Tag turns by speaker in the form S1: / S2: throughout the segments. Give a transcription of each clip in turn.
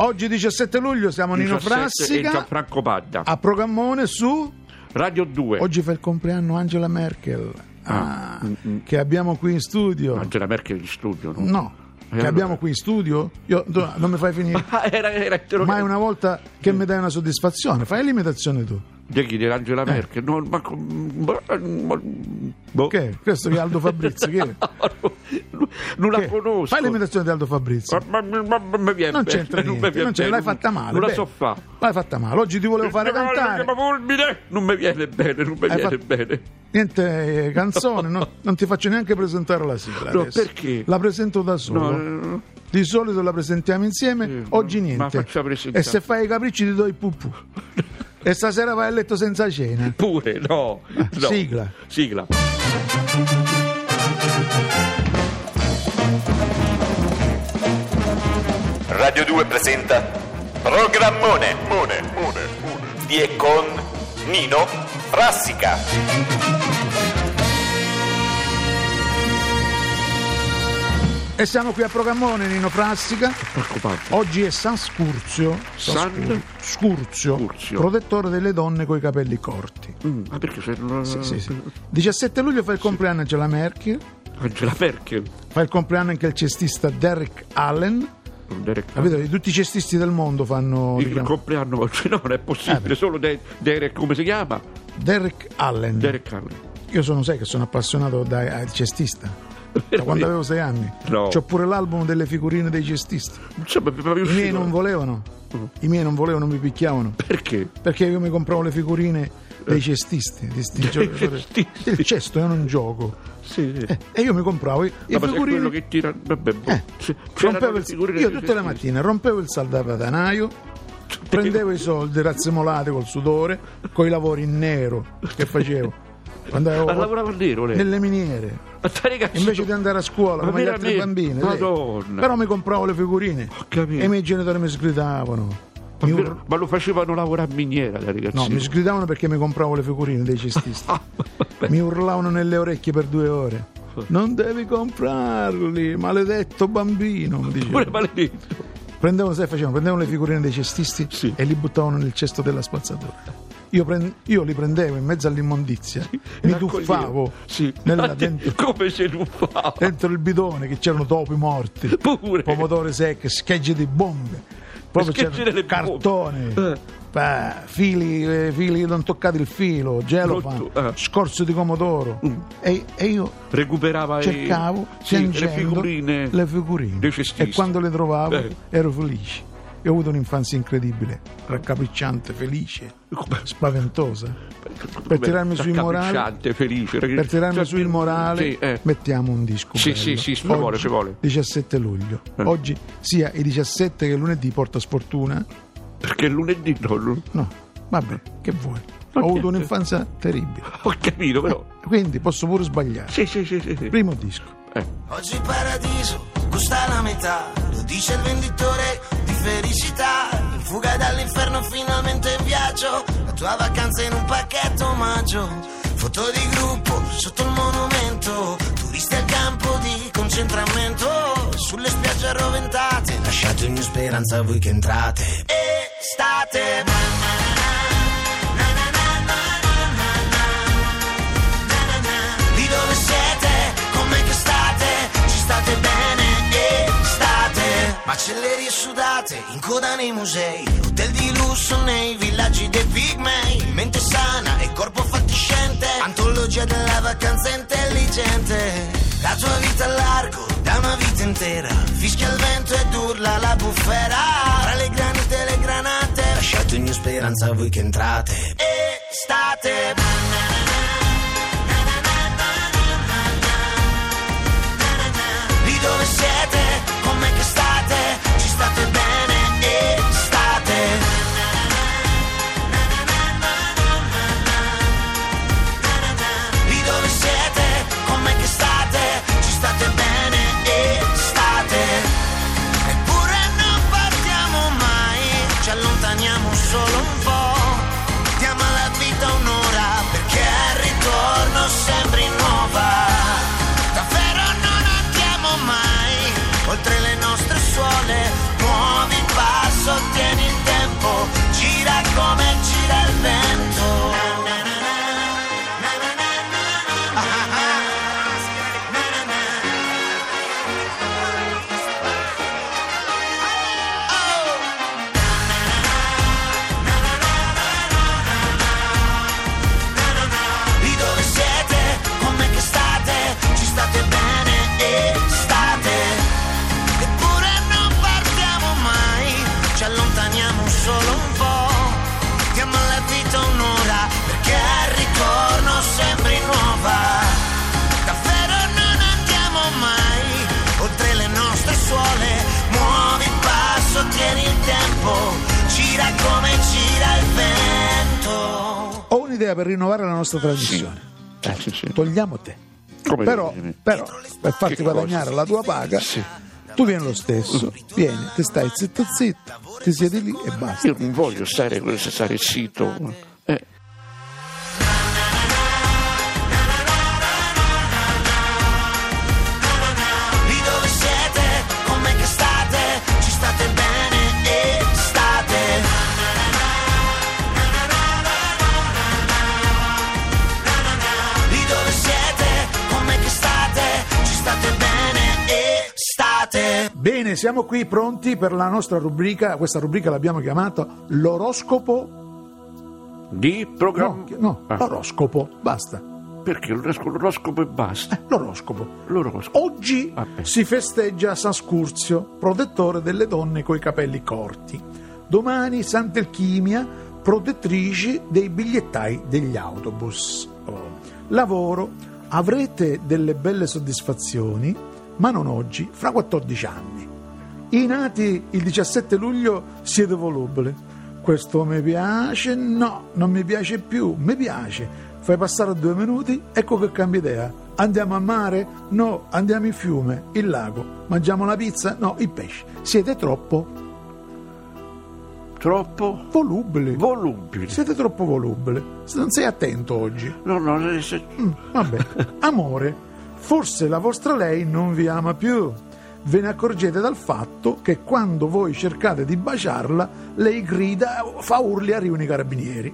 S1: Oggi 17 luglio siamo Nino
S2: 17 e
S1: Frassica
S2: Gianfranco Padda.
S1: a Programmone su...
S2: Radio 2.
S1: Oggi fa il compleanno Angela Merkel,
S2: Ah.
S1: Ah, che abbiamo qui in studio.
S2: Angela Merkel in studio, no?
S1: No,
S2: E
S1: che
S2: allora?
S1: abbiamo qui in studio. Io, no, non mi fai finire.
S2: Ah, era,
S1: Ma
S2: era
S1: è
S2: interrogato.
S1: una volta che mi dai una soddisfazione, fai l'imitazione tu.
S2: Di chi? Di
S1: Eh.
S2: Angela Merkel? No, ma... ma- boh.
S1: Che? Questo è Aldo Fabrizio. Che?
S2: Non- non la
S1: Che?
S2: conosco.
S1: Fai l'imitazione di Aldo Fabrizio.
S2: Ma- ma- ma- ma- mi viene
S1: Non
S2: bene,
S1: c'entra
S2: mi
S1: niente,
S2: viene
S1: non c'entra, l'hai
S2: bene,
S1: fatta male.
S2: Non la
S1: bene.
S2: so fare. Eh,
S1: L'hai fatta male. Oggi ti volevo fare
S2: Guarda,
S1: cantare.
S2: chiama Fulmine, Non mi viene bene, non mi
S1: Hai
S2: viene
S1: fatto-
S2: bene.
S1: Niente eh, canzone, no- non ti faccio neanche presentare la sigla.
S2: No,
S1: adesso.
S2: perché?
S1: La presento da solo.
S2: No, eh,
S1: Di solito la presentiamo insieme,
S2: Sì,
S1: oggi
S2: ma- ma
S1: niente.
S2: faccia presentare.
S1: E se fai i capricci ti do il pupù. e stasera vai a letto senza cena.
S2: pure, no. no.
S1: sigla.
S2: Sigla.
S3: Radio 2 presenta Programmone Mone, mone, mone. di e con Nino Frassica.
S1: E siamo qui a Programmone, Nino Frassica.
S2: Ecco fatto.
S1: Oggi è San Scurzio.
S2: San
S1: Scur- Scurzio,
S2: Scurzio.
S1: protettore delle donne coi capelli corti.
S2: Mm, ma perché se non...
S1: Sì, sì, sì. 17 luglio fa il compleanno Angela Merkel,
S2: Angela Merkel.
S1: fa il compleanno anche il cestista Derek Allen.
S2: Non Derek
S1: Capito? Tutti i cestisti del mondo fanno
S2: Il
S1: diciamo,
S2: compleanno oggi cioè, no, non è
S1: Eh,
S2: possibile, solo De- Derek, come si chiama?
S1: Derek Allen.
S2: Derek Allen.
S1: Io sono, sai che sono appassionato da eh, cestista. Da quando avevo sei anni.
S2: No.
S1: C'ho pure l'album delle figurine dei cestisti.
S2: Insomma, mi
S1: I miei non volevano.
S2: Mm.
S1: I miei non volevano, mi picchiavano.
S2: Perché?
S1: Perché io mi compravo le figurine dei cestisti. di sti giocatori.
S2: Eh. cestisti.
S1: Il cesto è un gioco.
S2: Sì, sì.
S1: E io mi compravo i, i
S2: Ma se è quello
S1: figurini.
S2: che tira... Vabbè, boh.
S1: Eh,
S2: Se-
S1: rompevo
S2: c'erano le
S1: il-
S2: figurine
S1: io
S2: di-
S1: tutte le mattine rompevo il salvapatanaio, prendevo i soldi razzemolati col sudore, con i lavori in nero che facevo. Quando
S2: Ma
S1: avevo
S2: lavorava a nero lei?
S1: nelle miniere.
S2: Ma stai ragazzi...
S1: Invece di andare a scuola
S2: Ma
S1: come gli altri
S2: veramente?
S1: bambini, sai.
S2: Madonna.
S1: però mi compravo le figurine
S2: capito.
S1: e i miei genitori mi sgridavano. Mi ur-
S2: Ma lo facevano lavorare a miniera, dai ragazzi.
S1: No, mi sgridavano perché mi compravo le figurine dei cestisti.
S2: Ah,
S1: mi urlavano nelle orecchie per due ore. Non devi comprarli, maledetto bambino. Mi dicevano.
S2: Pure maledetto.
S1: Prendevano, sai, facevano, prendevano le figurine dei cestisti
S2: Sì.
S1: e li buttavano nel cesto della spazzatura. Io, prend- io li prendevo in mezzo all'immondizia, mi
S2: Raccoglieva.
S1: tuffavo
S2: Sì.
S1: nella-
S2: Ma te-
S1: dentro,
S2: Come se tuffava?
S1: dentro il bidone che c'erano topi morti,
S2: Pure.
S1: pomodori secchi, schegge di bombe, proprio
S2: Schegge delle
S1: c'erano cartone,
S2: bombe. Eh.
S1: pa- fili, eh, fili non toccati il filo, gelofan,
S2: Rotto, eh. Mm.
S1: scorzo di pomodoro. E, e io
S2: Recuperava i-
S1: cercavo,
S2: sì, le
S1: piangendo,
S2: figurine.
S1: le figurine.
S2: dei cestisti.
S1: e quando le trovavo
S2: Eh.
S1: ero felice. Io ho avuto un'infanzia incredibile, raccapricciante, felice,
S2: Come-
S1: spaventosa. Per tirarmi su il morale,
S2: Raccapricciante, felice.
S1: per tirarmi
S2: Cioè,
S1: su il morale
S2: sì, eh.
S1: mettiamo un disco.
S2: Sì,
S1: bello.
S2: sì, sì, ci vuole,
S1: Oggi,
S2: ci vuole.
S1: 17 luglio.
S2: Eh.
S1: Oggi sia il 17 che lunedì porta sfortuna.
S2: Perché lunedì no, non-
S1: No, vabbè, che vuoi.
S2: Ma
S1: Ho avuto
S2: niente.
S1: un'infanzia terribile.
S2: Ho capito, però.
S1: Quindi posso pure sbagliare.
S2: Sì, sì, sì, sì. sì.
S1: Primo disco.
S2: Eh,
S4: Oggi il paradiso gusta la metà, lo dice il venditore di felicità. In fuga dall'inferno finalmente in viaggio, la tua vacanza in un pacchetto omaggio. Foto di gruppo sotto il monumento, turisti al campo di concentramento. Sulle spiagge arroventate, lasciate ogni speranza voi che entrate. E state. di dove siete, come che state, ci state bene e state. Macellerie sudate, in coda nei musei, hotel di lusso nei villaggi dei pigmei, mente sana e corpo fatiscente, antologia della vacanza intelligente. La tua vita è largo, da una vita intera, fischia il vento ed urla la bufera, tra le granite e le granate, lasciate ogni speranza voi che entrate e state. Di dove siete? Com'è che state? Ci state bene e state Di dove siete? Com'è che state? Ci state bene e state Eppure non partiamo mai Ci allontaniamo solo un po' Diamo alla vita un'ora per sottieni il tempo, gira come gira il vento. Na, na, na, na. Na, na, na, na, na, na. Na, na, na. Lì dove siete, com'è che state, ci state bene e state. Eppure non partiamo mai, ci allontaniamo solo un po'. Diamo alla vita un'ora, perché al ritorno sembri nuova. Davvero non andiamo mai, oltre le nostre suole. Muovi il passo, tieni il tempo, gira come gira il vento.
S1: Ho un'idea per rinnovare la nostra tradizione. Dai,
S2: Eh, Sì, sì.
S1: Togliamo te.
S2: Come
S1: Però,
S2: dici?
S1: però, per farti
S2: Che
S1: guadagnare
S2: cosa?
S1: la tua paga, tu vieni lo stesso, vieni, ti stai zitto zitto, ti siedi lì e basta.
S2: Mm. Io non voglio stare, stare zitto. Eh,
S4: Lì dove siete, com'è che state, ci state bene e state. Lì dove siete, com'è che state, ci state bene e state.
S1: Bene, siamo qui pronti per la nostra rubrica, questa rubrica l'abbiamo chiamata l'oroscopo.
S2: di
S1: No,
S2: programma.
S1: chi- no,
S2: Ah,
S1: l'oroscopo, basta. Eh,
S2: perché l'oroscopo, l'oroscopo e basta.
S1: L'oroscopo.
S2: L'oroscopo.
S1: Oggi
S2: Ah, beh.
S1: si festeggia San Scurzio, protettore delle donne coi capelli corti. Domani Sant'Elchimia, protettrici dei bigliettai degli autobus. Oh. Lavoro, avrete delle belle soddisfazioni, ma non oggi, fra 14 anni. I nati il 17 luglio siete volubili. Questo mi piace? No, non mi piace più, mi piace. Fai passare due minuti, ecco che cambia idea. Andiamo a mare? No, andiamo in fiume, il lago. Mangiamo la pizza? No, il pesce. Siete troppo
S2: Troppo
S1: volubili.
S2: volubile.
S1: siete troppo volubili. Se non sei attento oggi.
S2: No, no, eh, se-
S1: Mm, Vabbè, amore, forse la vostra lei non vi ama più. Ve ne accorgete dal fatto che quando voi cercate di baciarla, lei grida, fa urli, arrivano i carabinieri.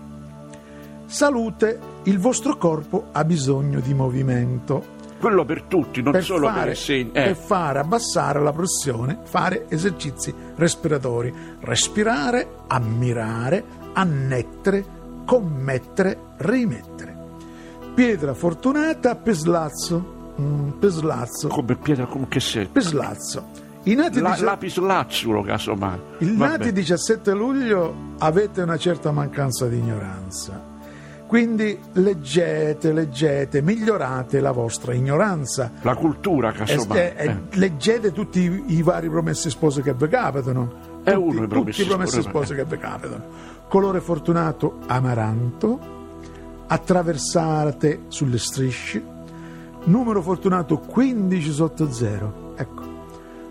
S1: Salute, il vostro corpo ha bisogno di movimento.
S2: quello per tutti, non
S1: Per
S2: solo per
S1: fare,
S2: il segno. Eh,
S1: per fare abbassare la pressione, fare esercizi respiratori. Respirare, ammirare, annettere, commettere, rimettere. Pietra fortunata, peslazzo. Mm, peslazzo.
S2: come pietra, come che sei.
S1: Peslazzo. I nati,
S2: La,
S1: dice-
S2: lapis lazzulo, casomai.
S1: il
S2: Vabbè.
S1: nati 17 luglio avete una certa mancanza di ignoranza. Quindi leggete, leggete, migliorate la vostra ignoranza.
S2: La cultura, casomai.
S1: Eh, eh, leggete tutti i, i vari promessi sposi che vi capitano.
S2: È
S1: Tutti-
S2: uno i promessi
S1: tutti i promessi
S2: sposi,
S1: sposi che vi capitano. Colore fortunato amaranto. Attraversate sulle strisce. Numero fortunato 15 sotto 0. Ecco.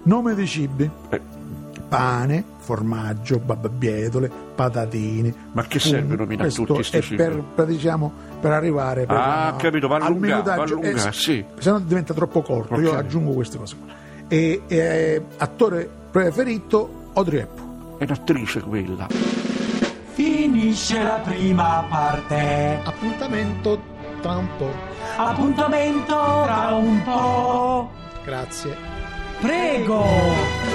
S1: Nome di cibi.
S2: Eh.
S1: Pane, formaggio, babbietole, patatine.
S2: Ma che
S1: fumi.
S2: servono, mina,
S1: Questo
S2: tutti sti
S1: è
S2: cibi?
S1: per, per, diciamo, per arrivare per
S2: Ah,
S1: la-
S2: capito, va
S1: al
S2: allunga- va
S1: minutaggio.
S2: allunga,
S1: se-
S2: sì.
S1: eh, se no diventa troppo corto. Io
S2: Ok.
S1: aggiungo queste cose. qua. E, e- attore preferito Audrey Hepburn.
S2: È un'attrice quella.
S5: Finisce la prima parte.
S1: Appuntamento tra un po'.
S5: Appuntamento tra un po'.
S1: Grazie.
S5: Prego.